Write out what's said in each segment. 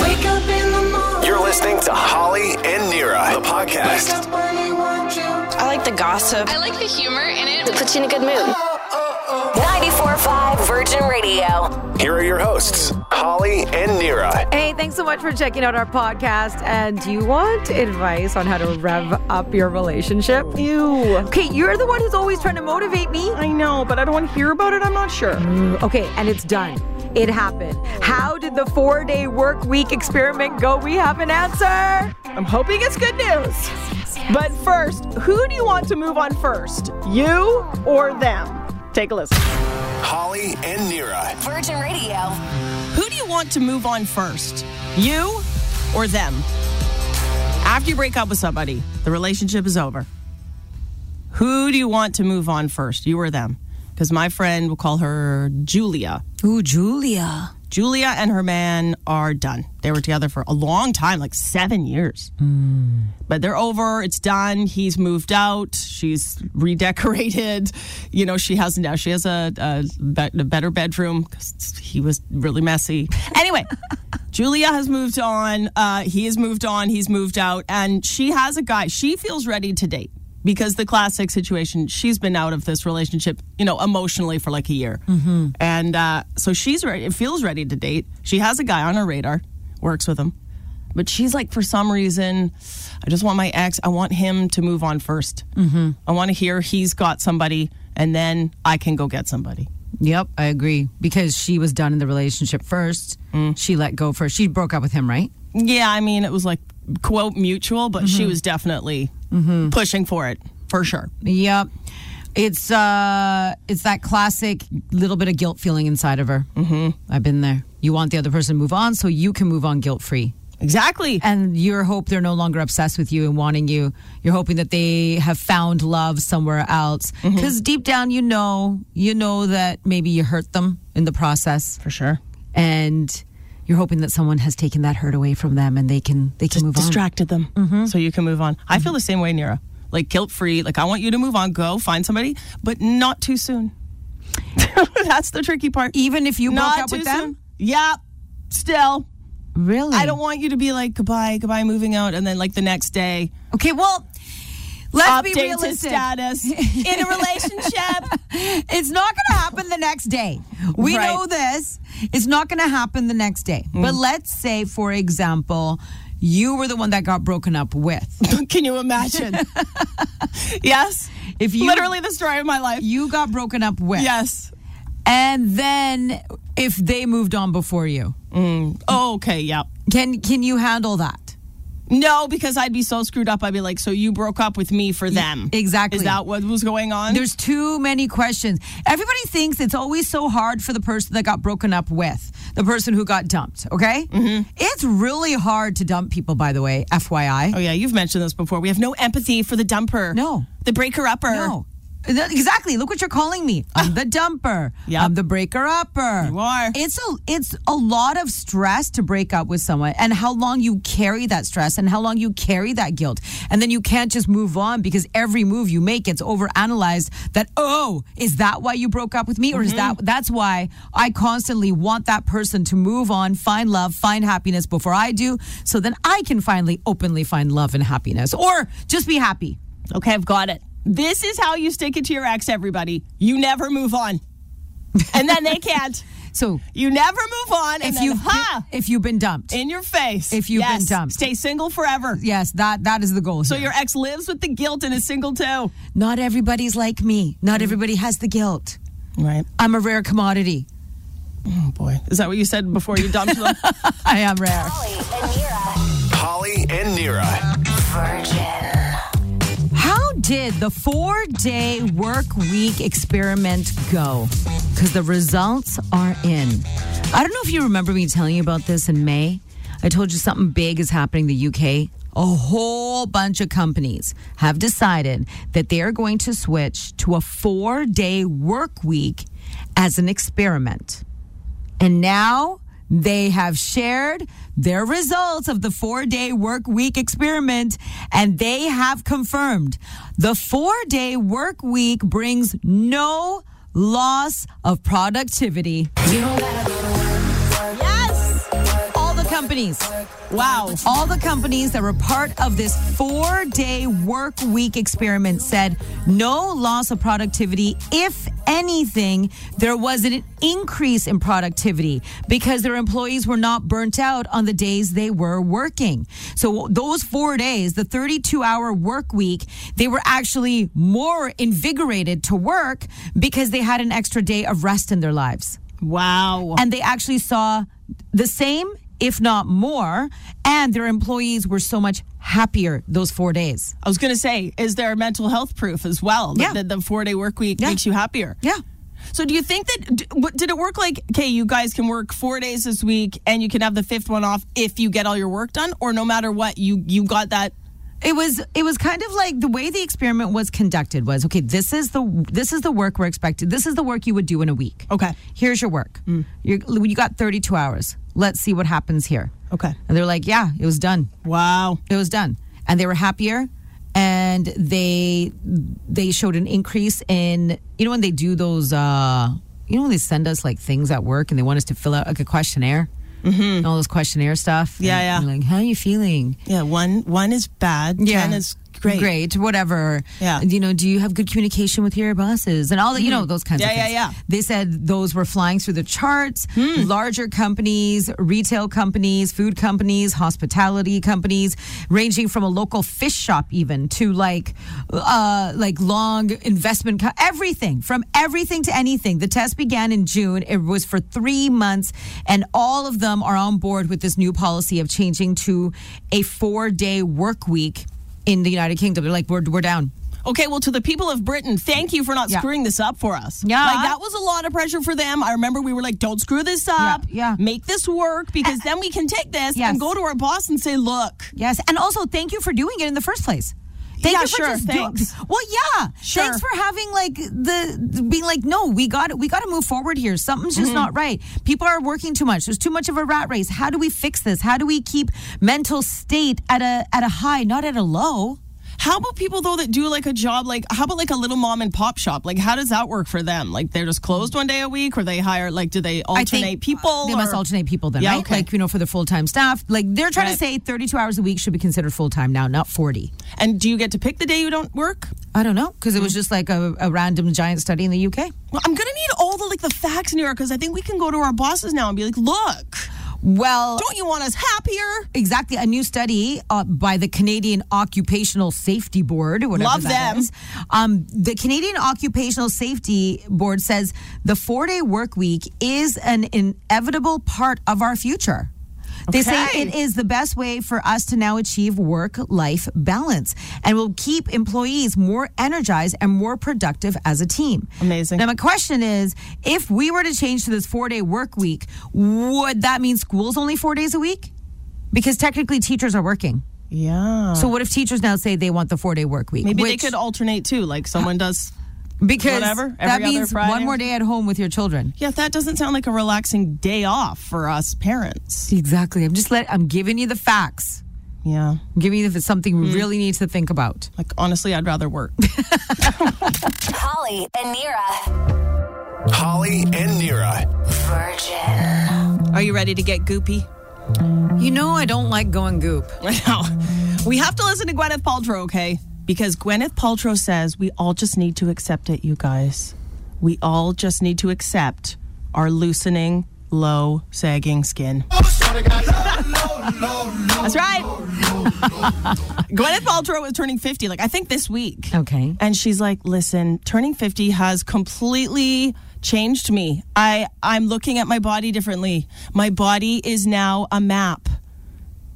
Wake up in the morning. You're listening to Holly and Nira, the Wake podcast. up when you want you. I like the gossip. I like the humor in it. puts you in a good mood. 94.5 Virgin Radio. Here are your hosts, Holly and Nira. Hey, thanks so much for checking out our podcast. And do you want advice on how to rev up your relationship? Ew. Okay, you're the one who's always trying to motivate me. I know, but I don't want to hear about it. I'm not sure. Okay, and it's done. It happened. How did the four day work week experiment go? We have an answer. I'm hoping it's good news. But first, who do you want to move on first? You or them? Take a listen. Holly and Nira. Virgin Radio. Who do you want to move on first? You or them? After you break up with somebody, the relationship is over. Who do you want to move on first? You or them? Because my friend will call her Julia. Ooh, Julia. Julia and her man are done. They were together for a long time, like seven years. But they're over. It's done. He's moved out. She's redecorated. You know, she has now she has a, a, be- a better bedroom because he was really messy. Anyway, Julia has moved on. Uh, he has moved on. He's moved out, and she has a guy. She feels ready to date because the classic situation she's been out of this relationship you know emotionally for like a year mm-hmm. and uh, so she's ready feels ready to date she has a guy on her radar works with him but she's like for some reason i just want my ex i want him to move on 1st mm-hmm. i want to hear he's got somebody and then i can go get somebody Yep, I agree. Because she was done in the relationship first. She let go first. She broke up with him, right? yeah i mean it was like quote mutual but she was definitely pushing for it Mm-hmm. for sure Yep. It's uh it's that classic little bit of guilt feeling inside of her. Mm-hmm. I've been there. You want the other person to move on so you can move on guilt free. exactly And your hope they're no longer obsessed with you and wanting you. You're hoping that they have found love somewhere else. Because deep down you know, you know that maybe you hurt them in the process. for sure and you're hoping that someone has taken that hurt away from them and they can they can move Mm-hmm. distracted them so you can move on. I feel the same way, Nira. Like guilt free. Like I want you to move on, go find somebody, but not too soon. That's the tricky part. on. Even if you not broke up too E, with soon. them, Yeah. Still, really? I don't want you to be like goodbye, goodbye, moving out, and then like the next day Okay, well, let's be update his realistic. status in a relationship. It's not going to happen the next day. We Right. Mm. know this. It's not going to happen the next day. But let's say, for example. You were the one that got broken up with. can you imagine? yes, If you literally the story of my life. you got broken up with, Yes. and then if they moved on before you, Oh, okay. Yeah. can can you handle that? No, because I'd be so screwed up. I'd be like, so you broke up with me for them. exactly. Is that what was going on? There's too many questions. Everybody thinks it's always so hard for the person that got broken up with, the person who got dumped, okay? Mm-hmm. It's really hard to dump people, by the way, FYI. Oh yeah, you've mentioned this before. We have no empathy for the dumper. No. The breaker upper. No. Th- Exactly. Look what you're calling me. I'm the dumper. Yep. I'm the breaker upper. Ah. You are. It's a it's a lot of stress to break up with someone and how long you carry that stress and how long you carry that guilt. And then you can't just move on because every move you make it's overanalyzed that oh, is that why you broke up with me or is that that's why I constantly want that person to move on, find love, find happiness before I do so then I can finally openly find love and happiness or just be happy. Okay, I've got it. This is how you stick it to your ex, everybody. You never move on. And then they can't. So You never move on. And if then, you've ha if you've been dumped. in your face. If you've been Yes, dumped. Stay single forever. yes, that that is the goal. So here. your ex lives with the guilt and is single too. not everybody's like me. Not everybody has the guilt. Right. I'm a rare commodity. Oh boy. Is that what you said before you dumped them? I am rare. Holly and Nira. Holly and Nira. Virgin. How did the 4-day work week experiment go? Cuz the results are in. I don't know if you remember me telling you about this in May. I told you something big is happening in the UK. A whole bunch of companies have decided that they are going to switch to a 4-day work week as an experiment. And now they have shared their results of the four day work week experiment, and they have confirmed the four day work week brings no loss of productivity. yes. All the companies. Wow. All the companies that were part of this four day work week experiment said no loss of productivity. If anything, there was an increase in productivity because their employees were not burnt out on the days they were working. So, those four days, the 32 hour work week, they were actually more invigorated to work because they had an extra day of rest in their lives Wow. and they actually saw the same, if not more, and their employees were so much happier those four days. I was going to say, is there mental health proof as well? Yeah. That, that the four day work week Yeah. makes you happier. Yeah. So do you think that d- what- did it work like okay you guys can work 4 days this week and you can have the fifth one off if you get all your work done or no matter what you you got that It was it was kind of like the way the experiment was conducted was okay this is the this is the work we're expected this is the work you would do in a week. Okay. Here's your work. You're, you got 32 hours. Let's see what happens here. Okay. And they're like, "Yeah, it was done." Wow. it was done and they were happier and they they showed an increase in you know when they do those uh you know when they send us like things at work and they want us to fill out like a questionnaire mm-hmm. all those questionnaire stuff Yeah, And yeah. you're like how are you feeling Yeah, one one is bad, ten is great. Great, whatever. Yeah. Mm-hmm. You know, do you have good communication with your bosses and all that? You know, those kinds of Yeah, yeah, things. yeah. They said those were flying through the charts. Larger companies, retail companies, food companies, hospitality companies, ranging from a local fish shop even to like, uh, like long investment, co- everything from everything to anything. The test began in June. It was for three months, and all of them are on board with this new policy of changing to a four-day work week in the United Kingdom. They're like, we're, we're down. Okay, well to the people of Britain, thank you for not Yeah. screwing this up for us. Yeah. Like that was a lot of pressure for them. I remember we were like don't screw this up. yeah. Make this work because then we can take this Yes. and go to our boss and say, "Look, Yes. And also, thank you for doing it in the first place. Thank Yeah, you for sure, just do- thanks. well, yeah. Sure. Thanks for having like the being like, no, we got we got to move forward here. Something's Mm-hmm. just not right. People are working too much. There's too much of a rat race. How do we fix this? How do we keep mental state at a at a high, not at a low? How about people though that do like a job like how about like a little mom and pop shop? Like how does that work for them? Like they're just closed one day a week or they hire like do they alternate people? They or- must alternate people then, Yeah, right? okay. Like you know, for the full time staff. Like they're trying to Right. say, 32 hours a week should be considered full time now, not 40. And do you get to pick the day you don't work? I don't know because it Mm. was just like a, a random giant study in the UK. Well, I'm gonna need all the like the facts, New York, because I think we can go to our bosses now and be like, look, Well, don't you want us happier? Exactly. A new study uh, by the Canadian Occupational Safety Board, whatever Love that them. is. Um, the Canadian Occupational Safety Board says the four day work week is an inevitable part of our future. They say Okay. it is the best way for us to now achieve work life balance and will keep employees more energized and more productive as a team. Amazing. Now, my question is if we were to change to this four day work week, would that mean school's only four days a week? Because technically teachers are working. Yeah. So what if teachers now say they want the four day work week? Maybe which- they could alternate too, like someone does because whatever, that every other means Friday one or more day at home with your children. Yeah, that doesn't sound like a relaxing day off for us parents. Exactly. I'm just let I'm giving you the facts. Yeah. I'm giving you if it's something Hmm. we really needs to think about. Like honestly, I'd rather work. Holly and Nira. Holly and Nira. Virgin. Are you ready to get goopy? You know I don't like going goop. I know. We have to listen to Gwyneth Paltrow, okay? Because Gwyneth Paltrow says we all just need to accept it, you guys. We all just need to accept our loosening, low, sagging skin. That's right. Gwyneth Paltrow is turning 50, like I think this week. Okay. And she's like, "Listen, turning 50 has completely changed me. I I'm looking at my body differently. My body is now a map."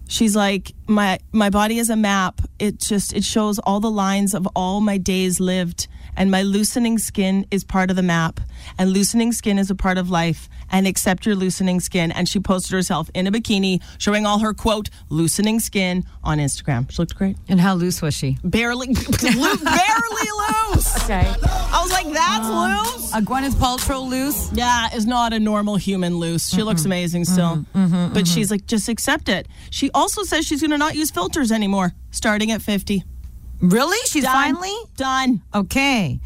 She's like, "My my body is a map. It just it shows all the lines of all my days lived and my loosening skin is part of the map. And loosening skin is a part of life." And accept your loosening skin. And she posted herself in a bikini showing all her quote, loosening skin on Instagram. She looked great And how loose was she? barely, loo- barely loose. Okay. I was like, that's loose. A Gwyneth Paltrow loose. Yeah, is not a normal human loose. She looks amazing still, but she's like, just accept it. She also says she's going to not use filters anymore, starting at fifty. Really? She's Done. finally done. Okay.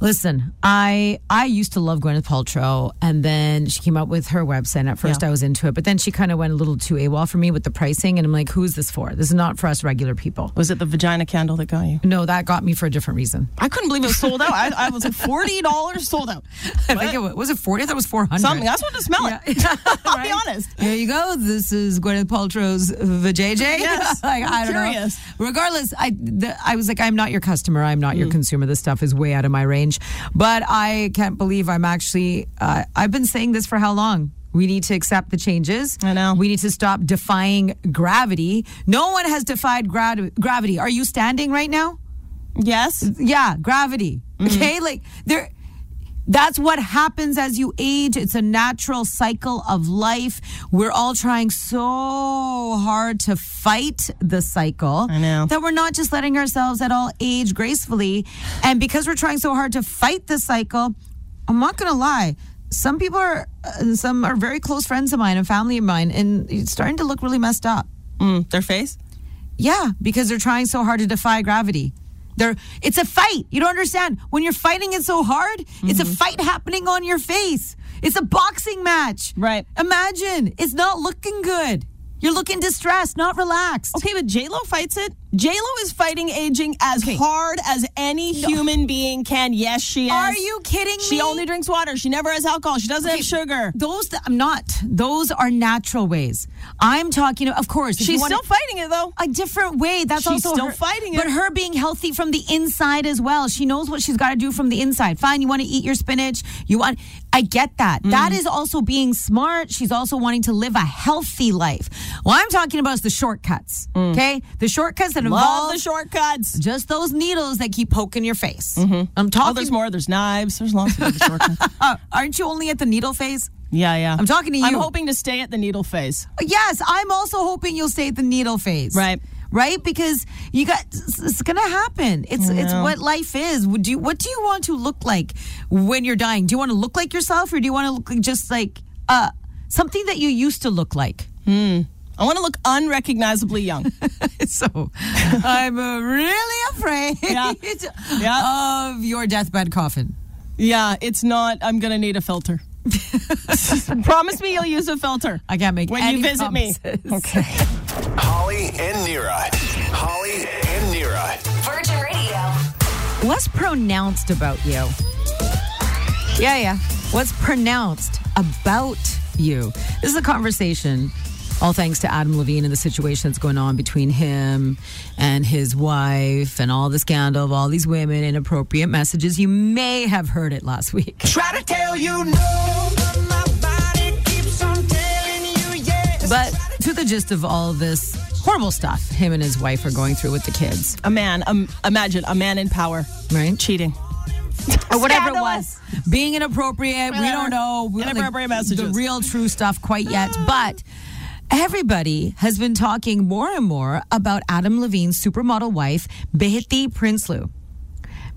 Listen, I I used to love Gwyneth Paltrow, and then she came out with her website. And at first, Yeah. I was into it, but then she kind of went a little too AWOL for me with the pricing, and I'm like, who is this for? This is not for us regular people. Was it the vagina candle that got you? No, that got me for a different reason. I couldn't believe it was sold out. I, I was like forty dollars sold out. I think it was, was it forty. I thought it was four hundred. Something. I just wanted to smell it. I'll be honest. Here you go. This is Gwyneth Paltrow's vajayjay. Yes. like, I don't Curious. know. Regardless, I the, I was like, I'm not your customer. I'm not Mm. your consumer. This stuff is way out of my range. But I can't believe I'm actually. Uh, I've been saying this for how long? We need to accept the changes. I know. We need to stop defying gravity. No one has defied gra- gravity. Are you standing right now? Yes. yeah, gravity. Mm-hmm. Okay, like there. That's what happens as you age. It's a natural cycle of life. We're all trying so hard to fight the cycle. I know. That we're not just letting ourselves at all age gracefully. And because we're trying so hard to fight the cycle, I'm not going to lie. Some people are, uh, some are very close friends of mine and family of mine, and it's starting to look really messed up. Mm, their face. Yeah, because they're trying so hard to defy gravity. They're, it's a fight. You don't understand. When you're fighting it so hard, it's a Mm-hmm. fight happening on your face. It's a boxing match. Right. Imagine. It's not looking good. You're looking distressed, not relaxed. Okay, but J Lo fights it. J Lo is fighting aging as hard as any human being can. Yes, she is. Are you kidding She me? only drinks water. She never has alcohol. She doesn't have sugar. Those th- I'm not. Those are natural ways. I'm talking. Of course, if you She's wanna- still fighting it though. a different way. That's She's also still her- fighting it. But her being healthy from the inside as well. She knows what she's got to do from the inside. Fine, you want to eat your spinach. You want. I get that. Mm. That is also being smart. She's also wanting to live a healthy life. What I'm talking about is the shortcuts. Okay, the shortcuts that Mm. Love involve the shortcuts. just those needles that keep poking your face. I'm Oh, talking. there's more. There's knives. There's lots of other shortcuts. Uh, aren't you only at the needle phase? Yeah, yeah. I'm talking to I'm you. hoping to stay at the needle phase. Yes, I'm also hoping you'll stay at the needle phase. Right. Right? Because you got it's it's gonna happen. It's it's what life is. Would you what do you want to look like when you're dying? Do you want to look like yourself or do you want to look like just like uh something that you used to look like? I want to look unrecognizably young. So I'm uh, really afraid Yeah. Yeah. of your deathbed coffin. yeah, it's not. I'm gonna need a filter. Promise me you'll use a filter. I can't make when any you visit me. promises. Okay. Holly and Nira. Holly and Nira. Virgin Radio. What's pronounced about you? Yeah, yeah. What's pronounced about you? This is a conversation, all thanks to Adam Levine and the situation that's going on between him and his wife and all the scandal of all these women, inappropriate messages. You may have heard it last week. Try to tell you no, but my body keeps on telling you yes. But to the gist of all this horrible stuff him and his wife are going through with the kids, A man. Um, imagine a man in power right? cheating. or whatever it was. Scandalous. Being inappropriate, we don't know we don't, Inappropriate the messages. real true stuff quite yet, but everybody has been talking more and more about Adam Levine's supermodel wife, Behti Prinsloo.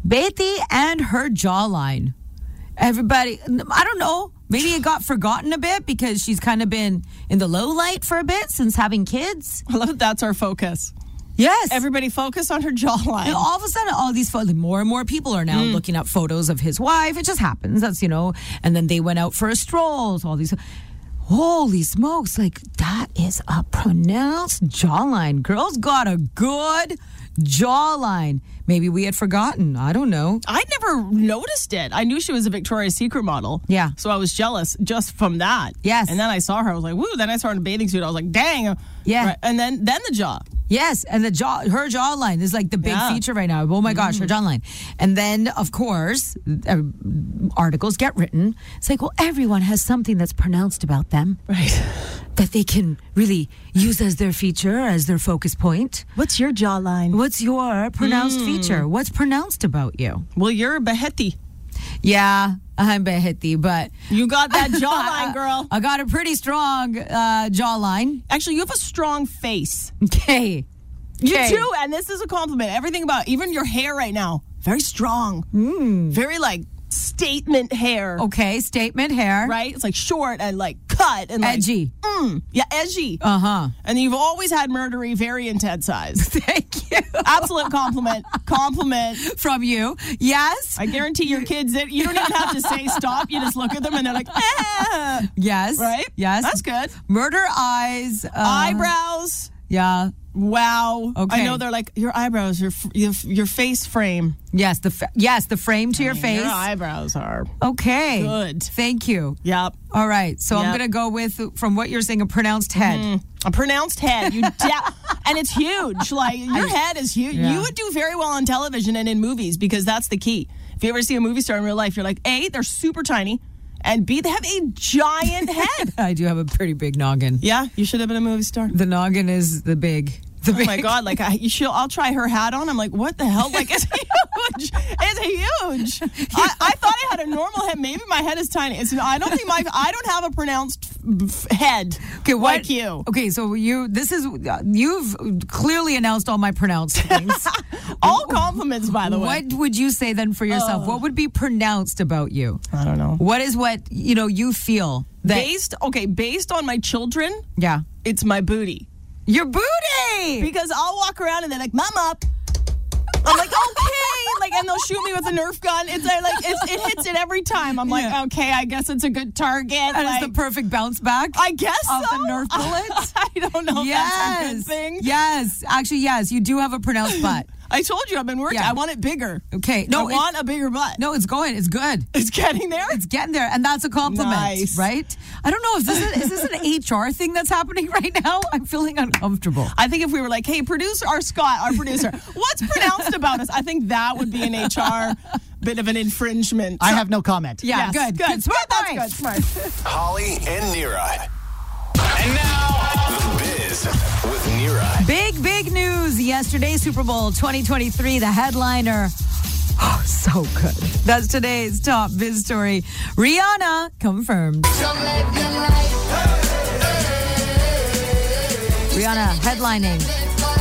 Behti and her jawline. Everybody, I don't know. Maybe it got forgotten a bit because she's kind of been in the low light for a bit since having kids. I love that that's our focus. Yes. Everybody focus on her And jawline. all of a sudden, all these photos, more and more people are now looking up photos of his wife. It just happens. That's, you know, and then they went out for a stroll. so All these. Holy smokes. Like, that is a pronounced jawline. Girls got a good jawline. Maybe we had forgotten. I don't know. I never noticed it. I knew she was a Victoria's Secret model. Yeah. So I was jealous just from that. Yes. And then I saw her. I was like, woo. Then I saw her in a bathing suit. I was like, dang. Yeah. And then then the jaw. Yes, and the jaw, her jawline is like the big Yeah. feature right now. Oh my gosh, her jawline. And then, of course, uh, articles get written. It's like, well, everyone has something that's pronounced about them. Right. that they can really use as their feature, as their focus point. What's your jawline? What's your pronounced feature? What's pronounced about you? Well, you're a Beheti. Yeah, I'm Behiti, but You got that jawline, girl. I got a pretty strong uh, jawline. Actually, you have a strong face. Okay. You Okay. do, and this is a compliment. Everything about even your hair right now, very strong, very like statement hair. Okay, statement hair. Right? It's like short and like cut cut and like, Edgy. yeah, edgy. Uh huh. and you've always had murdery very intense eyes. Thank you. Absolute compliment. Compliment. From you. Yes. I guarantee your kids that you don't even have to say stop. You just look at them and they're like, eh. Yes. right? Yes. That's good. Murder eyes. Uh, Eyebrows. Yeah. Wow. I Okay. know they're like your eyebrows, your f- your, f- your face frame, Yes. The fa- yes. The frame to your face. your eyebrows are Okay. Good. Thank you. yep. All right. So I'm Yep. Mm-hmm. gonna go with from what you're saying a pronounced head. A pronounced head. You da- and it's huge. Like your head is huge. Yeah. You would do very well on television and in movies because that's the key. If you ever see a movie star in real life, you're like, A, they're super tiny, and B, they have a giant head. I do have a pretty big noggin. yeah, you should have been a movie star. The noggin is the big. The Oh big. my god! Like I, she'll, I'll try her hat on. I'm like, what the hell? Like it's huge. It's huge. I, I thought I had a normal head. Maybe my head is tiny. It's. I don't think my. I don't have a pronounced f- f- head. Okay, what, Like you. Okay, so you. This is you've clearly announced all my pronounced things. All compliments, by the way. Oh. what would you say then for yourself? What would be pronounced about you? I don't know. What is what you know you feel that Based okay, based on my children, yeah it's my booty your booty. because I'll walk around and they're like, "Mom up." I'm like, okay, like, and they'll shoot me with a Nerf gun. It's I like it's, it hits it every time. I'm like, Yeah. okay, I guess it's a good target. That like, is the perfect bounce back. I guess Off so. the Nerf bullet? I don't know. If that's a good thing. Yes. Actually, yes. You do have a pronounced butt. I told you I've been working. Yeah. I want it bigger. Okay. No, No. I it- want a bigger butt. no. It's going. It's good. it's getting there. It's getting there, and that's a compliment, Nice. right? I don't know if this is, is this an HR thing that's happening right now. I'm feeling uncomfortable. I think if we were like, hey, producer, our Scott, our producer, what's pronounced about us? I think that would be an HR bit of an infringement. I have no comment. Yeah, Yes, good, good, smart, That's boy. good. Smart. Holly and Nira. And now, the biz with Nira. Big, big news yesterday, Super Bowl 2023, the headliner. Oh, so good. That's today's top biz story. Rihanna confirmed. Rihanna headlining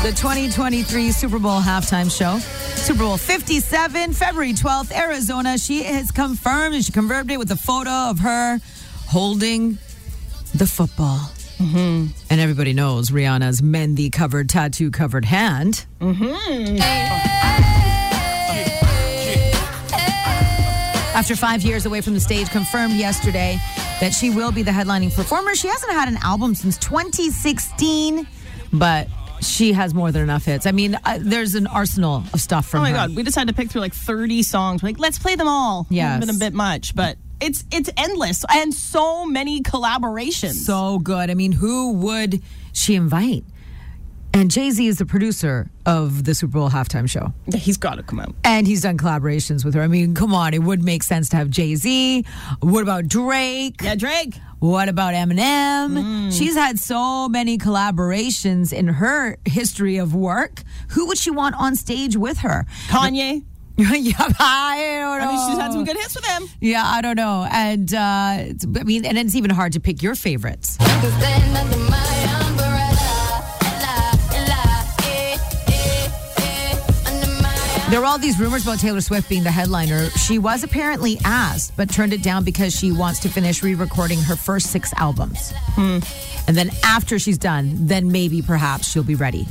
the 2023 Super Bowl halftime show. Super Bowl 57, February 12th, Arizona. She has confirmed, and she confirmed it with a photo of her holding the football. Mm-hmm. And everybody knows Rihanna's Mendy covered, tattoo covered hand. Mm-hmm. After five years away from the stage, confirmed yesterday that she will be the headlining performer. She hasn't had an album since 2016, but she has more than enough hits. I mean, uh, there's an arsenal of stuff from Oh my her. God. We just had to pick through like 30 songs. We're like, let's play them all. Yes. It's been a bit much, but it's it's endless and so many collaborations. so good. I mean, who would she invite? And Jay Z is the producer of the Super Bowl halftime show. He's got to come out. And he's done collaborations with her. I mean, come on, it would make sense to have Jay Z. What about Drake? Yeah, Drake. What about Eminem? Mm. She's had so many collaborations in her history of work. Who would she want on stage with her? Kanye. yeah, I don't I know. mean, she's had some good hits with him. yeah, I don't know. And uh, it's, I mean, and it's even hard to pick your favorites. There were all these rumors about Taylor Swift being the headliner. She was apparently asked, but turned it down because she wants to finish re recording her first six albums. And then after she's done, then maybe perhaps she'll be ready.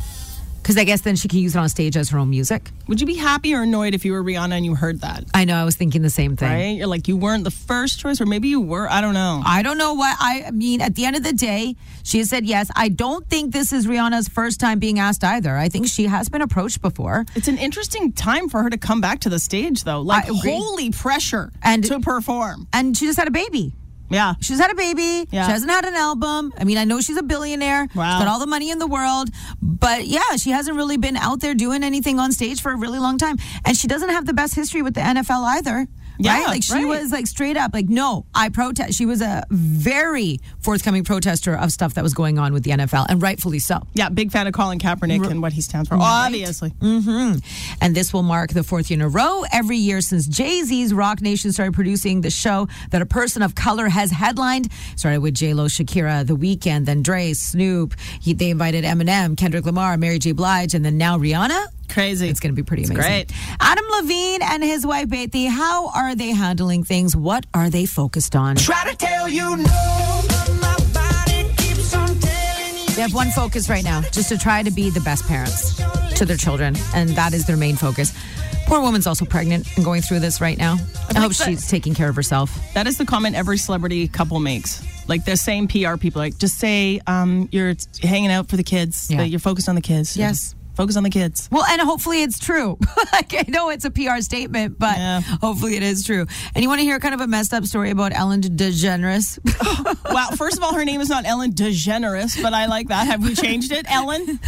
Because I guess then she can use it on stage as her own music. Would you be happy or annoyed if you were Rihanna and you heard that? I know, I was thinking the same thing. Right? You're like, you weren't the first choice, or maybe you were. I don't know. I don't know what I mean. At the end of the day, she has said yes. I don't think this is Rihanna's first time being asked either. I think she has been approached before. It's an interesting time for her to come back to the stage, though. Like, agree. holy pressure And- to perform. And she just had a baby. Yeah. She's had a baby. Yeah. She hasn't had an album. I mean, I know she's a billionaire. Wow. She's got all the money in the world. But yeah, she hasn't really been out there doing anything on stage for a really long time. And she doesn't have the best history with the NFL either. Yeah, right? Like she right. was like straight up like, no, I protest. She was a very forthcoming protester of stuff that was going on with the NFL, and rightfully so. Yeah, big fan of Colin Kaepernick and what he stands for. Obviously. Mm. And this will mark the fourth year in a row every year since Jay Z's Rock Nation started producing the show that a person of color has headlined. Started with J Lo, Shakira, The Weeknd, then Dre, Snoop. He, they invited Eminem, Kendrick Lamar, Mary J. Blige, and then now Rihanna. Crazy. It's going to be pretty amazing. great. Adam Levine and his wife Bethy, how are they handling things? What are they focused on? Try to tell you no, but my They have one focus right now, just to try to be the best parents to their children, and that is their main focus. Poor woman's also pregnant and going through this right now. I hope that- she's taking care of herself. That is the comment every celebrity couple makes. Like the same PR people, like just say um, you're hanging out for the kids. Yeah. that You're focused on the kids. You're Yes. just Focus on the kids. Well, and hopefully it's true. like, I know it's a PR statement, but Yeah. hopefully it is true. And you want to hear kind of a messed up story about Ellen DeGeneres? Wow. First of all, her name is not Ellen DeGeneres, but I like that. Have we changed it, Ellen?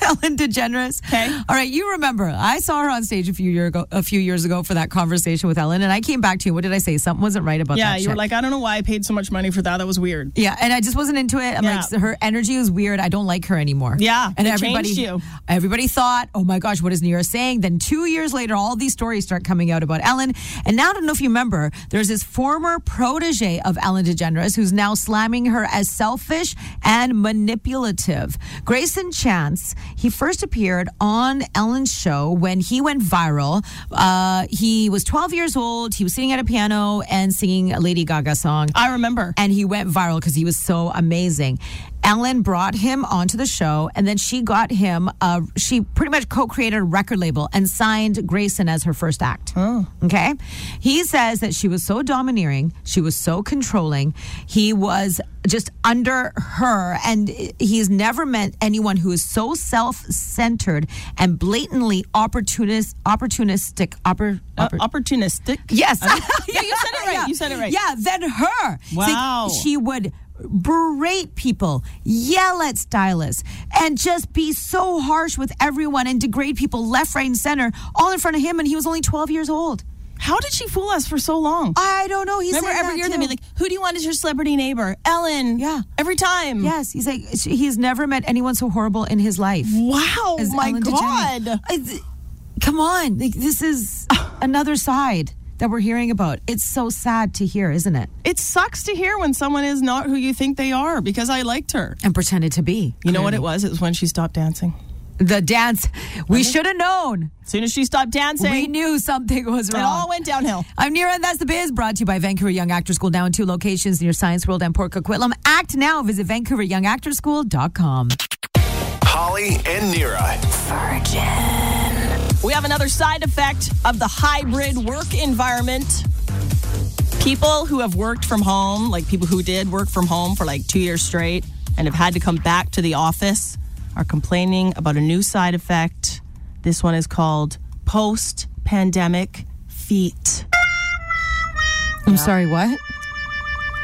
Ellen DeGeneres. Okay. All right, you remember I saw her on stage a few year ago, a few years ago for that conversation with Ellen, and I came back to you. What did I say? Something wasn't right about Yeah, that. you were shit. like, I don't know why I paid so much money for that. That was weird. Yeah, and I just wasn't into it. I'm Yeah. like, her energy was weird. I don't like her anymore. Yeah, and it everybody, changed you. everybody thought, oh my gosh, what is Nira saying? Then two years later, all these stories start coming out about Ellen. And now I don't know if you remember, there's this former protege of Ellen DeGeneres who's now slamming her as selfish and manipulative. Grayson Chance, he first appeared on Ellen's show when he went viral. Uh, he was 12 years old. He was sitting at a piano and singing a Lady Gaga song I remember. and he went viral because he was so amazing. Ellen brought him onto the show, and then she got him. Uh, she pretty much co-created a record label and signed Grayson as her first act. Okay, he says that she was so domineering, she was so controlling, he was just under her, and he's never met anyone who is so self-centered and blatantly opportunist, opportunistic, oppor, Uh, oppor- opportunistic. Yes. Yeah, you said it right. You said it right. Yeah, then her. It's like Wow. she would berate people, yell at stylists, and just be so harsh with everyone and degrade people left, right, and center, all in front of him. And he was only 12 years old. How did she fool us for so long? I don't know. He's remember every year they'd be like, "Who do you want as your celebrity neighbor?" Ellen. Yeah. Every time. Yes, he's like, he's never met anyone so horrible in his life. Wow. as my Ellen DeGeneres. God. I th- come on. Like, this is another side that we're hearing about. It's so sad to hear, isn't it? It sucks to hear when someone is not who you think they are because I liked her. And pretended to be. You know what it was? It was when she stopped dancing. The dance. We should have known. As soon as she stopped dancing, We knew something was it wrong. all went downhill. I'm Nira, and that's the biz brought to you by Vancouver Young Actors School, now in two locations near Science World and Port Coquitlam. Act now. Visit VancouverYoungActorsSchool.com. Holly and Nira. Virgin. We have another side effect of the hybrid work environment. People who have worked from home, like people who did work from home for like two years straight and have had to come back to the office, are complaining about a new side effect. This one is called post pandemic feet. I'm sorry, what?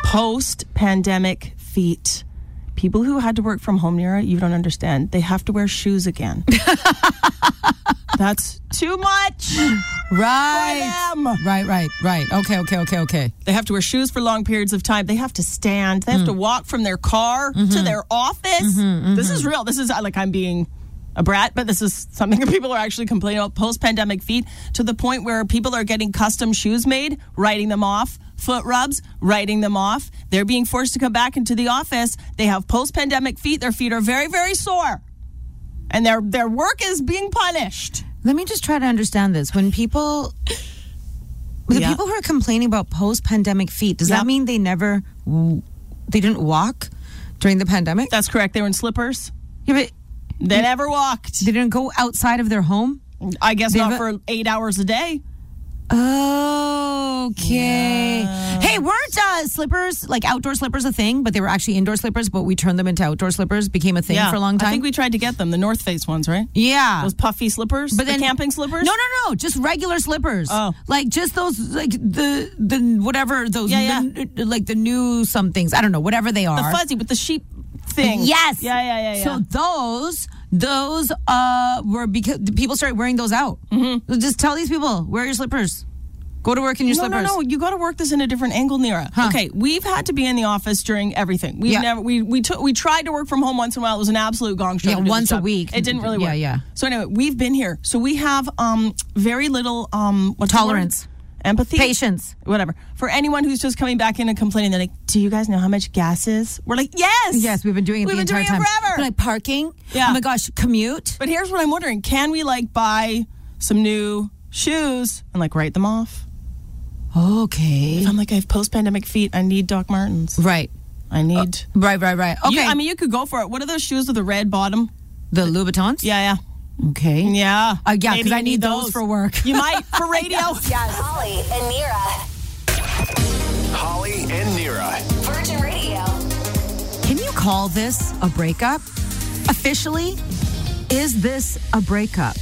Post pandemic feet. People who had to work from home, Nira, you don't understand. They have to wear shoes again. That's too much. Right. Damn. Right, right, right. Okay, okay, okay, okay. They have to wear shoes for long periods of time. They have to stand. They have to walk from their car to their office. This is real. This is uh, like I'm being a brat, but this is something that people are actually complaining about post pandemic feet to the point where people are getting custom shoes made, writing them off, foot rubs, writing them off. They're being forced to come back into the office. They have post pandemic feet. Their feet are very, very sore. And their, their work is being punished. Let me just try to understand this. When people. The Yeah. people who are complaining about post pandemic feet, does Yeah. that mean they never. They didn't walk during the pandemic? That's correct. They were in slippers. Yeah, but They never walked. they didn't go outside of their home? I guess They've- not for eight hours a day. Okay. Hey, weren't uh, slippers like outdoor slippers a thing? But they were actually indoor slippers, but we turned them into outdoor slippers. Became a thing for a long time. I think we tried to get them, the North Face ones, right? yeah. Those puffy slippers, the camping slippers. No, no, no. Just regular slippers. Oh. Like just those, like the the whatever those, Yeah, the- like the new somethings. I don't know, whatever they the are. fuzzy with the sheep thing. Yes. Yeah, yeah, yeah, yeah. So those those uh were because people started wearing those out. Mm-hmm. Just tell these people wear your slippers. Go to work in your no, slippers. no, no! You got to work this in a different angle, Nira. Okay, we've had to be in the office during everything. We Yeah. have never we we took we tried to work from home once in a while. It was an absolute gong show. Yeah, to do the once a job. week. It didn't really Yeah, work. yeah. So anyway, we've been here, so we have um very little um what's the word? Tolerance. empathy, Patience. whatever. For anyone who's just coming back in and complaining, they're like, "Do you guys know how much gas is?" We're like, "Yes, Yes, we've been doing it We've the been entire doing time. it forever." But like parking. Yeah. Oh my gosh, commute. But here's what I'm wondering: Can we like buy some new shoes and like write them off? Okay. I'm like, I have post-pandemic feet. I need Doc Martens. Right. I need. Right, right, right. Okay. Uh, You- I mean, you could go for it. What are those shoes with the red bottom? the Louboutins? Yeah, yeah. Okay. Yeah. Uh, yeah, Maybe 'cause I you need those for work. You might for radio. Holly and Nira. Holly and Nira. Virgin Radio. Can you call this a breakup? Officially, is this a breakup?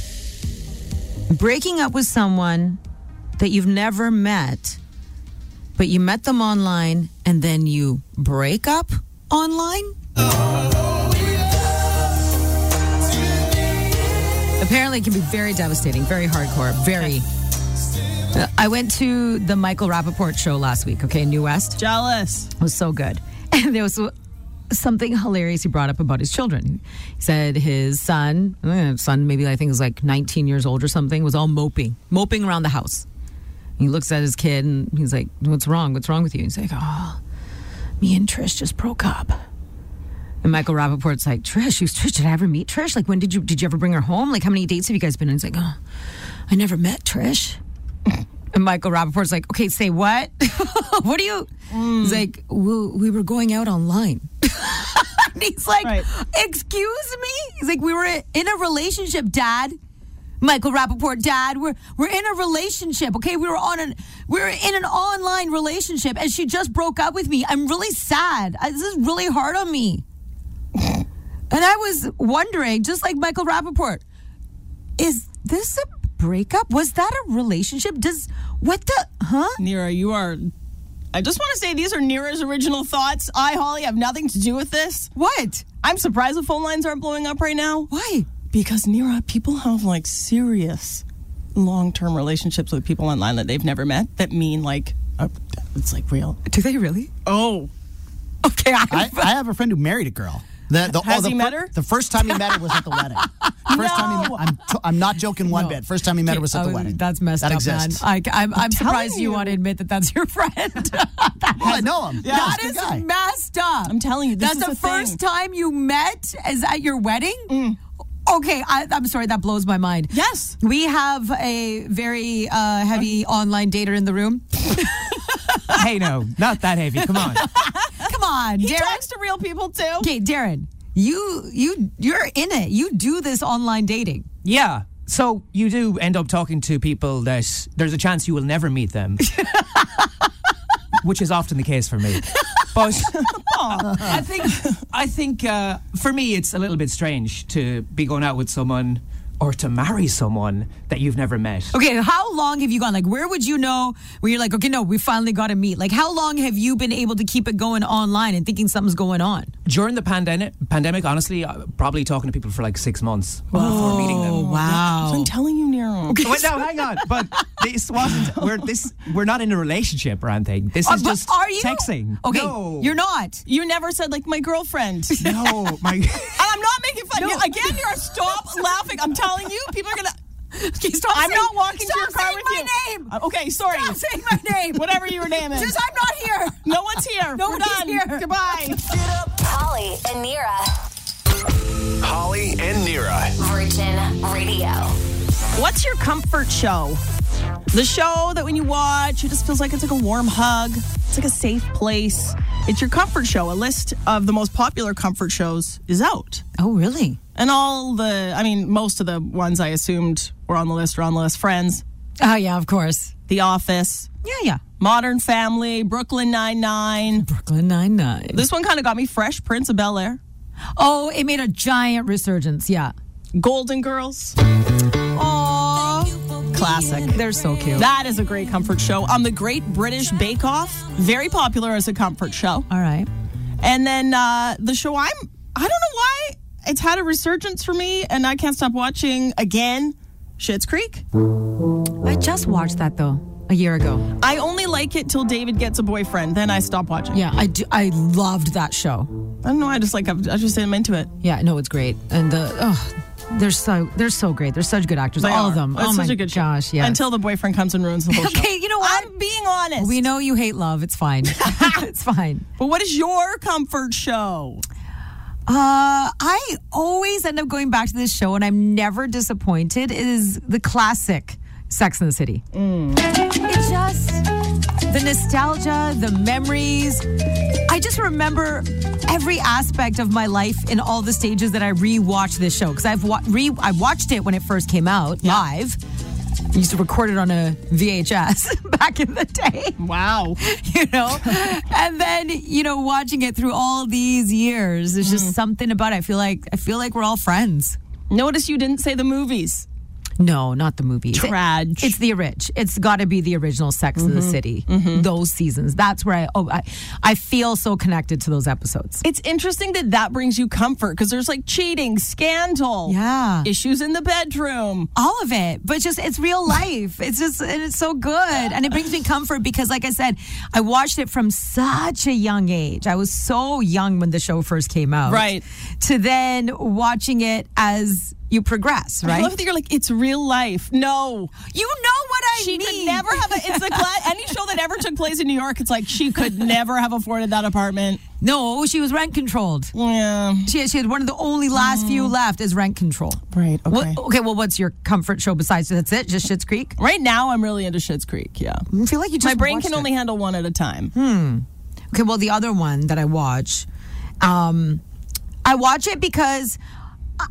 Breaking up with someone that you've never met, but you met them online and then you break up online? Apparently, it can be very devastating, very hardcore, very. Uh, I went to the Michael Rappaport show last week, okay, in New West Jealous. was so good. And there was something hilarious he brought up about his children. He said his son, eh, son maybe I think was like 19 years old or something, was all moping, moping around the house. And he looks at his kid and he's like, "What's wrong? What's wrong with you?" And he's like, "Oh, me and Trish just broke up." And Michael Rappaport's like, Trish, who's Trish? Did I ever meet Trish? Like, when did you did you ever bring her home? Like, how many dates have you guys been? on?" he's like, oh, I never met Trish. And Michael Rappaport's like, okay, say what? what do you? He's like, well, we were going out online. and he's like, Right. excuse me? He's like, we were in a relationship, Dad. Michael Rappaport, Dad, we're we're in a relationship, okay? We were on an we were in an online relationship, and she just broke up with me. I'm really sad. I, this is really hard on me. And I was wondering, just like Michael Rappaport, is this a breakup? Was that a relationship? Does what the huh? Nira, you are. I just want to say these are Nira's original thoughts. I, Holly, have nothing to do with this. What? I'm surprised the phone lines aren't blowing up right now. Why? Because Nira, people have like serious long-term relationships with people online that they've never met that mean like uh, it's like real. Do they really? Oh, Okay, I, I, I have a friend who married a girl. The, the, Has the he met her? The first time he met her was at the wedding. First time he met, I'm, t- I'm not joking one bit. First time he met her was at the Oh, wedding. That's messed that up, exists. man. I, I'm, I'm surprised you, you. want to admit that that's your friend. that Well, I know him. Yeah, that he's a is good guy. messed up. I'm telling you, this that's is the a first thing. Mm. time you met is at your wedding. Okay, I, I'm sorry that blows my mind. Yes. we have a very uh, heavy online dater in the room. hey, no, not that heavy. Come on. Come on, He Darren. talks to real people too. Okay, Darren, you you you're in it. You do this online dating. Yeah. So you do end up talking to people that there's a chance you will never meet them, which is often the case for me. But I think I think uh, for me it's a little bit strange to be going out with someone or to marry someone that you've never met. Okay, how long have you gone? Like, where would you know where you're like, okay, no, we finally got to meet? Like, how long have you been able to keep it going online and thinking something's going on? During the pandemic, pandemic, honestly, I- probably talking to people for like six months before meeting them. Oh, Wow. I'm telling you, Nira. Wait, no, hang on. But this wasn't. We're this. We're not in a relationship or anything. This Uh, is but just are you texting. Okay, No. you're not. You never said like my girlfriend. and No, my. I'm not making fun. Again, Nira, stop laughing. I'm telling you, people are gonna. Okay, stop I'm saying- not walking to stop your car saying with my you. name. Uh, Okay, sorry. Stop saying my name. Whatever your name is. Just I'm not here. no one's here. We're Nobody's done. here. Goodbye. Holly and Nira. Holly and Nira. Virgin Radio. What's your comfort show? The show that when you watch, it just feels like it's like a warm hug. It's like a safe place. It's your comfort show. A list of the most popular comfort shows is out. Oh, really? And all the, I mean, most of the ones I assumed were on the list are on the list Friends, Oh, yeah, of course. The Office, Yeah, yeah. Modern Family, Brooklyn Nine-Nine. Brooklyn Nine-Nine. This one kind of got me Fresh Prince of Bel Air, Oh, it made a giant resurgence. Yeah. Golden Girls. Aww. Classic. They're so cute. That is a great comfort show. On the Great British Bake Off, very popular as a comfort show. All right. And then uh, the show I'm, I don't know why it's had a resurgence for me and I can't stop watching again Shit's Creek. I just watched that though a year ago. I only like it till David gets a boyfriend, then I stop watching. Yeah, I do, I loved that show. I don't know. I just like, I've, I just am into it. Yeah, no, it's great. And the oh, they're so they're so great. They're such good actors. They all of are. them. It's oh such my a good show. gosh, yeah. Until the boyfriend comes and ruins the whole show. okay, you know what? I'm being honest. we know you hate love. It's fine. it's fine. but what is your comfort show? Uh, I always end up going back to this show, and I'm never disappointed. It Is the classic Sex in the City. It just the nostalgia, the memories. I just remember every aspect of my life in all the stages that I rewatch this show because I've wa- re I watched it when it first came out live. I used to record it on a VHS back in the day Wow. you know? and then, you know, watching it through all these years, there's just something about it. I feel like I feel like we're all friends. Notice you didn't say the movies. No, not the movie. Trage. It's the rich. It's got to be the original Sex of the City. Those seasons. That's where I oh I, I feel so connected to those episodes. It's interesting that that brings you comfort because there's like cheating, scandal, Yeah. Oh. issues in the bedroom. all of it but just it's real life it's just and it's so good and it brings me comfort because like i said i watched it from such a young age i was so young when the show first came out Right. to then watching it as you progress I right love that you're like it's real life. No, you know what i she mean could never have. A, it's a gla- any show that ever took place in New York. It's like she could never have afforded that apartment. no she was rent controlled Yeah, she, she had one of the only last few left is rent control right. Okay. What, Mm. okay well what's your comfort show besides that's it just shits creek Right now, I'm really into Schitt's Creek. Yeah, i feel like you Mm, just my brain watched can it. Hmm, only handle one at a time. Okay, well, the other one that I watch, um, I watch it because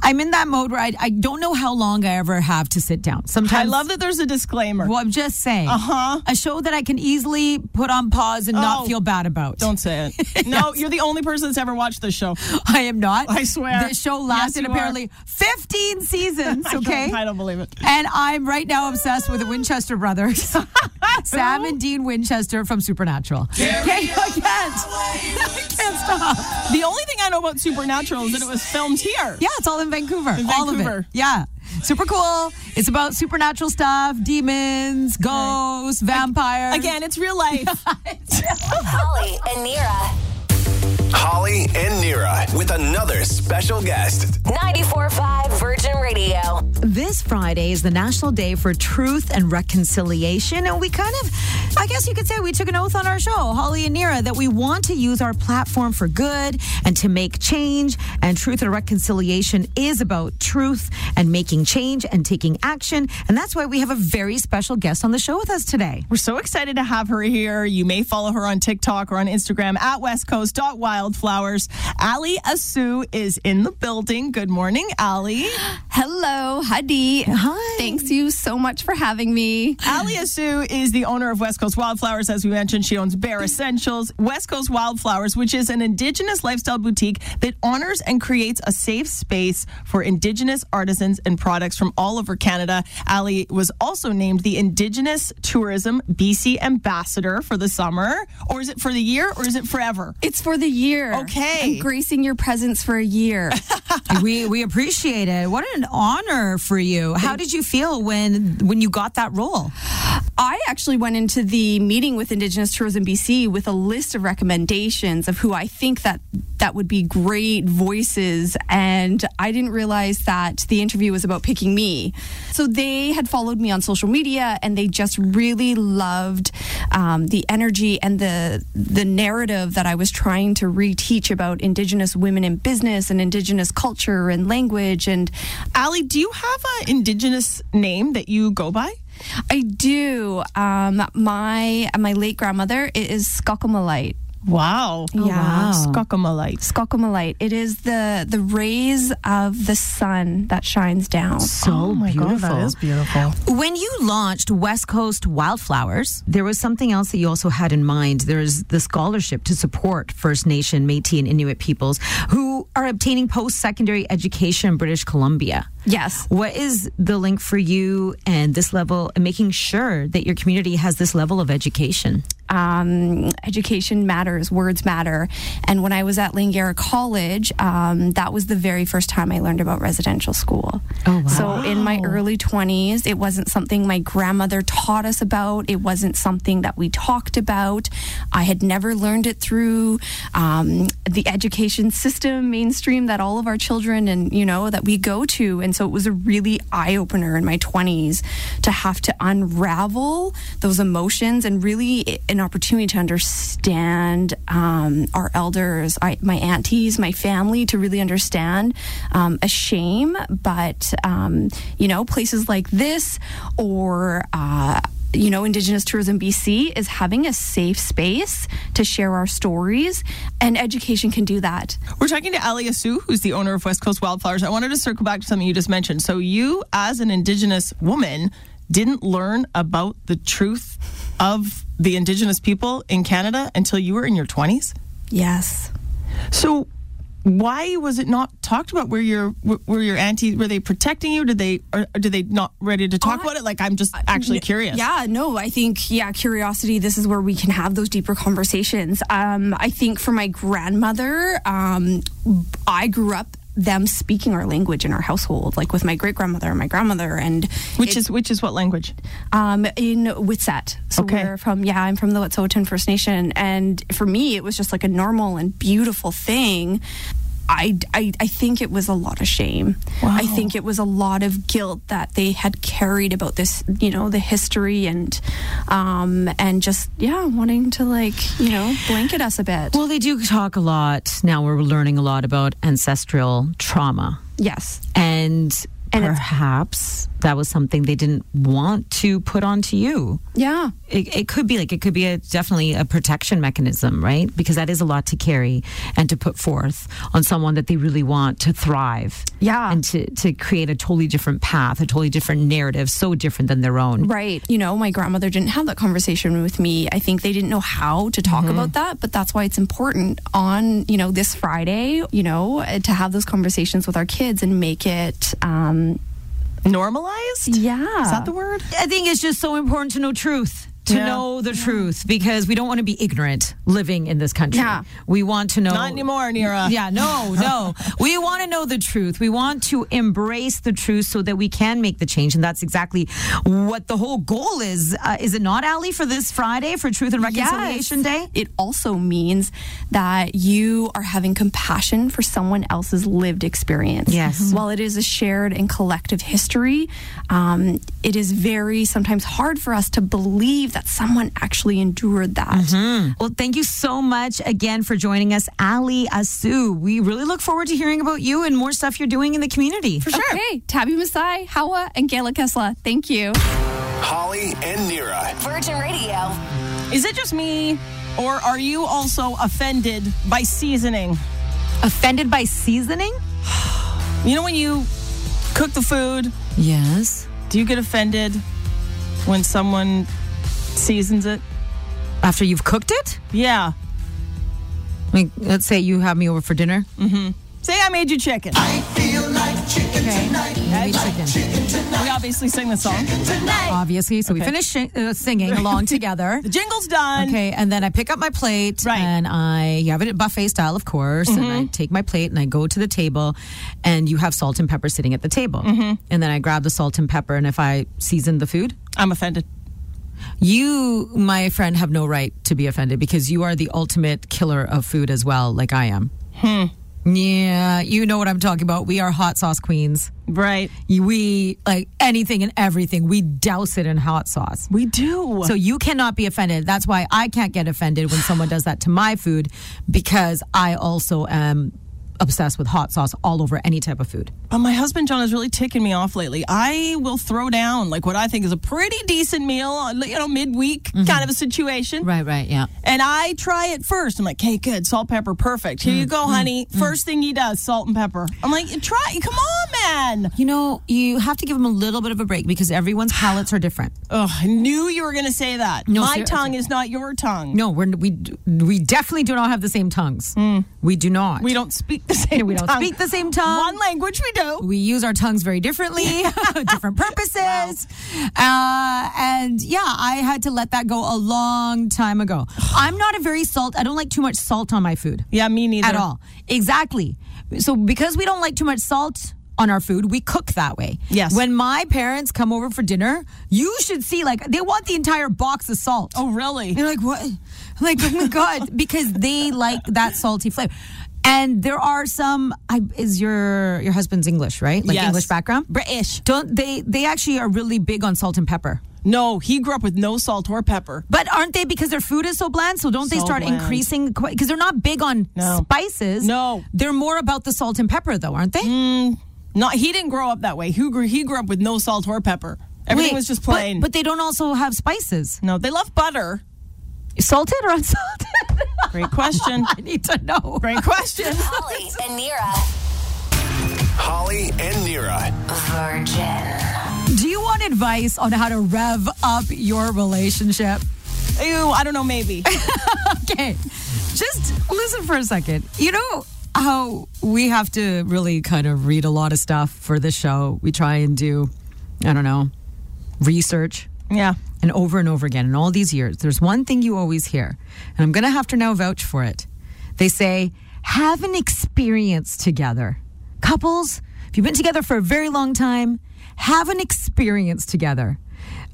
I'm in that mode where I, I don't know how long I ever have to sit down. I Sometimes love that there's a disclaimer. Well, I'm just saying. Uh huh. A show that I can easily put on pause and not Oh. feel bad about. Don't say it. No, Yes. you're the only person that's ever watched this show. I am not. I swear. This show Yes, lasted you are. apparently 15 seasons. I don't- Okay. I don't believe it. And I'm right now obsessed with the Winchester brothers, Sam and Dean Winchester from Supernatural. Okay, I can't. I can't stop. The only thing I know about Supernatural is that it was filmed here. Yeah, it's all in Vancouver. In all of it. Vancouver. Yeah. Super cool. It's about supernatural stuff, demons, ghosts, vampires. Again, it's real life. Holly and Nira. Holly and Nira with another special guest. 94.5 Virgin Radio. this Friday is the National Day for Truth and Reconciliation. And we kind of, I guess you could say, we took an oath on our show, Holly and Nira, that we want to use our platform for good and to make change. And Truth and Reconciliation is about truth and making change and taking action. And that's why we have a very special guest on the show with us today. We're so excited to have her here. You may follow her on TikTok or on Instagram at westcoast.wildflowers. Ali Asu is in the building. Good morning, Ali. Hello, Hadi. Hi. Thanks you so much for having me. Ali Asu is the owner of West Coast Wildflowers. As we mentioned, she owns Bare Essentials, West Coast Wildflowers, which is an indigenous lifestyle boutique that honors and creates a safe space for indigenous artisans and products from all over Canada. Ali was also named the Indigenous Tourism BC Ambassador for the summer. Or is it for the year or is it forever? It's for the year. Okay. I'm gracing your presence for a year. we we appreciate it. What an honor for you. How did you feel when when you got that role? I actually went into the meeting with Indigenous Tourism BC with a list of recommendations of who I think that that would be great voices and I didn't realize that the interview was about picking me. So they had followed me on social media and they just really loved um, the energy and the the narrative that I was trying to reteach about Indigenous women in business and Indigenous culture and language and Ali, do you have an indigenous name that you go by? I do. Um, my my late grandmother it is Skokomalite. Wow. Yeah. Skokomalite. Skokomalite. It is the the rays of the sun that shines down. So that is beautiful. When you launched West Coast Wildflowers, there was something else that you also had in mind. There's the scholarship to support First Nation, Métis, and Inuit peoples who are obtaining post-secondary education in British Columbia. Yes. What is the link for you and this level and making sure that your community has this level of education? um, education matters, words matter. And when I was at Langara College, um, that was the very first time I learned about residential school. Oh, wow. So in my early 20s, it wasn't something my grandmother taught us about, it wasn't something that we talked about. I had never learned it through um, the education system mainstream that all of our children and, you know, that we go to. And so it was a really eye opener in my 20s to have to unravel those emotions and really i- an opportunity to understand um, our elders, I, my aunties, my family, to really understand um, a shame. But, um, you know, places like this or, uh, you know, Indigenous Tourism BC is having a safe space to share our stories, and education can do that. We're talking to Alia Sue, who's the owner of West Coast Wildflowers. I wanted to circle back to something you just mentioned. So, you, as an Indigenous woman, didn't learn about the truth of the Indigenous people in Canada until you were in your 20s? Yes. So, why was it not talked about? Were your were were your aunties were they protecting you? Did they or did they not ready to talk about it? Like I'm just actually curious. Yeah, no, I think, yeah, curiosity, this is where we can have those deeper conversations. Um, I think for my grandmother, um, I grew up them speaking our language in our household, like with my great grandmother and my grandmother, and Which is which is what language? um, in Witset. So Okay. we're from yeah, I'm from the Wet'suwet'en First Nation, and for me, it was just like a normal and beautiful thing. I, I, I think it was a lot of shame. I think it was a lot of guilt that they had carried about this, you know, the history and um, and just yeah, wanting to like you know blanket us a bit. Well, they do talk a lot now. We're learning a lot about ancestral trauma. yes, And, And it's- perhaps that was something they didn't want to put onto you. yeah, It, it could be like it could be a definitely a protection mechanism, right? Because that is a lot to carry and to put forth on someone that they really want to thrive. Yeah. And to, to create a totally different path, a totally different narrative, so different than their own. Right. You know, my grandmother didn't have that conversation with me. I think they didn't know how to talk about that, but that's why it's important on, you know, this Friday, you know, uh, to have those conversations with our kids and make it, um, Normalized? yeah. Is that the word? I think it's just so important to know truth. To Yeah. know the truth because we don't want to be ignorant living in this country. Yeah. We want to know Not anymore, Nira. Yeah, no, no. we want to know the truth. We want to embrace the truth so that we can make the change and that's exactly what the whole goal is. Uh, is it not Allie for this Friday for Truth and Reconciliation Day? It also means that you are having compassion for someone else's lived experience. Yes. Mhm. While it is a shared and collective history, um, it is very sometimes hard for us to believe that someone actually endured that. Well, thank you so much again for joining us, Ali Asu. We really look forward to hearing about you and more stuff you're doing in the community. For Okay, Tabby Masai, Hawa, and Gayla Kessler. Thank you. Holly and Nira. Virgin Radio. Is it just me, or are you also offended by seasoning? Offended by seasoning? You know when you cook the food, Yes. do you get offended when someone seasons it? After you've cooked it? Yeah. Like, let's say you have me over for dinner. Say I made you chicken. Maybe chicken. We obviously sing the song. Obviously. So we finish shi- uh, singing along together. The jingle's done. Okay, and then I pick up my plate, Right. and I you have it buffet style, of course. And I take my plate and I go to the table, and you have salt and pepper sitting at the table. And then I grab the salt and pepper, and if I season the food, I'm offended. You, my friend, have no right to be offended because you are the ultimate killer of food as well, like I am. Hmm. Yeah, you know what I'm talking about. We are hot sauce queens. Right. We like anything and everything. We douse it in hot sauce. We do. So you cannot be offended. That's why I can't get offended when someone does that to my food because I also am obsessed with hot sauce all over any type of food. But my husband John has really taken me off lately. I will throw down like what I think is a pretty decent meal, uh, you know, midweek kind of a situation. Mm-hmm. Right, right, yeah. And I try it first. I'm like, okay, good, salt, pepper, perfect. Here you Mm, go, honey. First thing he does, salt and pepper. I'm like, try, come on, man. You know, you have to give them a little bit of a break because everyone's palates are different. Oh, I knew you were going to say that. No, my seriously. tongue is not your tongue. No, we're, we we definitely do not have the same tongues. We do not. We don't speak the same. No, we don't tongue. speak the same tongue. One language we do. We use our tongues very differently, different purposes. Uh, and yeah, I had to let that go a long time ago. I'm not a very salt. I don't like too much salt on my food Yeah, me neither. at all. Exactly. So because we don't like too much salt on our food, we cook that way. Yes. When my parents come over for dinner, you should see like they want the entire box of salt. Oh, really? You're like, what? Like, oh my God, because they like that salty flavor. And there are some. I, is your your husband's English, right? Like Yes. English background, British. Don't they? They actually are really big on salt and pepper. No, he grew up with no salt or pepper. But aren't they because their food is so bland? So don't they So start bland. increasing? Because they're not big on No. spices. No. Mm, they're more about the salt and pepper, though, aren't they? Not he didn't grow up that way. He grew he grew up with no salt or pepper. Everything Wait, was just but- plain. But, they don't also have spices. no, they love butter. Salted or unsalted? Great question. I need to know. Great question. Holly and Nira. Holly and Nira. Virgin. Do you want advice on how to rev up your relationship? Ew, I don't know, maybe. Okay. Just listen for a second. You know how we have to really kind of read a lot of stuff for the show. We try and do, I don't know, research Yeah. and over and over again in all these years. There's one thing you always hear, and I'm going to have to now vouch for it. They say, have an experience together. Couples, if you've been together for a very long time, have an experience together.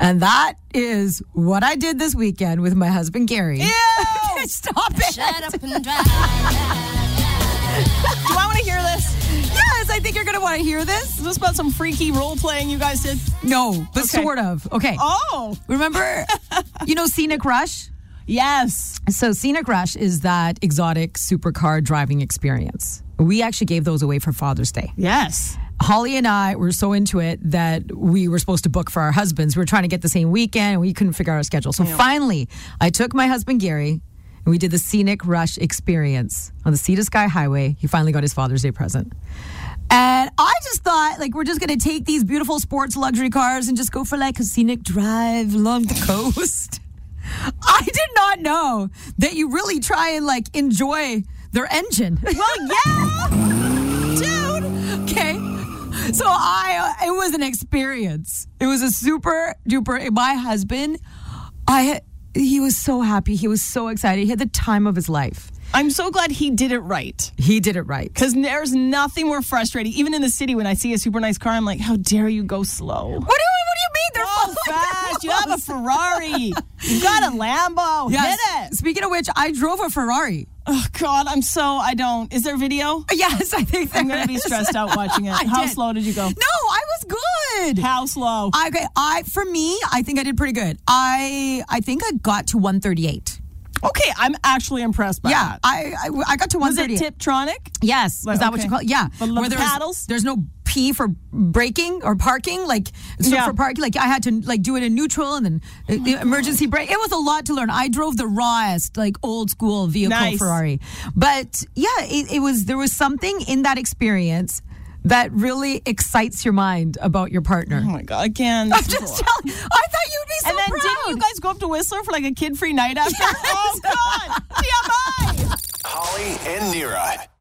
And that is what I did this weekend with my husband, Gary. Stop it. Do I want to hear this? Yes, I think you're going to want to hear this. Is this about some freaky role playing you guys did? No, but Okay. sort of. Okay. Oh, Remember, you know, Scenic Rush? yes. So, Scenic Rush is that exotic supercar driving experience. We actually gave those away for Father's Day. Yes. Holly and I were so into it that we were supposed to book for our husbands. We were trying to get the same weekend and we couldn't figure out our schedule. So finally, I took my husband Gary and we did the scenic rush experience on the Sea to Sky Highway. He finally got his Father's Day present. And I just thought, like, we're just going to take these beautiful sports luxury cars and just go for like a scenic drive along the coast. I did not know that you really try and like enjoy their engine. Well, yeah, dude. Okay. So I, uh, it was an experience. It was a super duper. My husband, I, he was so happy. He was so excited. He had the time of his life. I'm so glad he did it right. He did it right. Because there's nothing more frustrating. Even in the city, when I see a super nice car, I'm like, how dare you go slow? What do you, what do you mean? They're Go following the fast. You have a rules? Ferrari. You've got a Lambo. Yes. Hit it. Speaking of which, I drove a Ferrari. Oh, God, I'm so, I don't. Is there video? Yes, I think I'm there going to be is. stressed out watching it. I How did. slow did you go? No, I was good. How slow? I, okay, I for me, I think I did pretty good. I I think I got to 138. okay, I'm actually impressed by Yeah, that. I I, I got to Uh, Was it 138. Tiptronic? Yes, Like, is that what okay. you call? it? Yeah, The little there's- paddles? There's no P for braking or parking, like so Yeah. Oh for parking. Like I had to like do it in neutral and then uh, uh, emergency brake. It was a lot to learn. I drove the rawest, like old school vehicle Nice. Ferrari, but yeah, it, it was there was something in that experience that really excites your mind about your partner. Oh, my God. Again, I'm this is a just lot. telling. I thought you'd be so And then proud. didn't you guys go up to Whistler for like a kid free night after? Oh, God. TMI. Holly and Nira.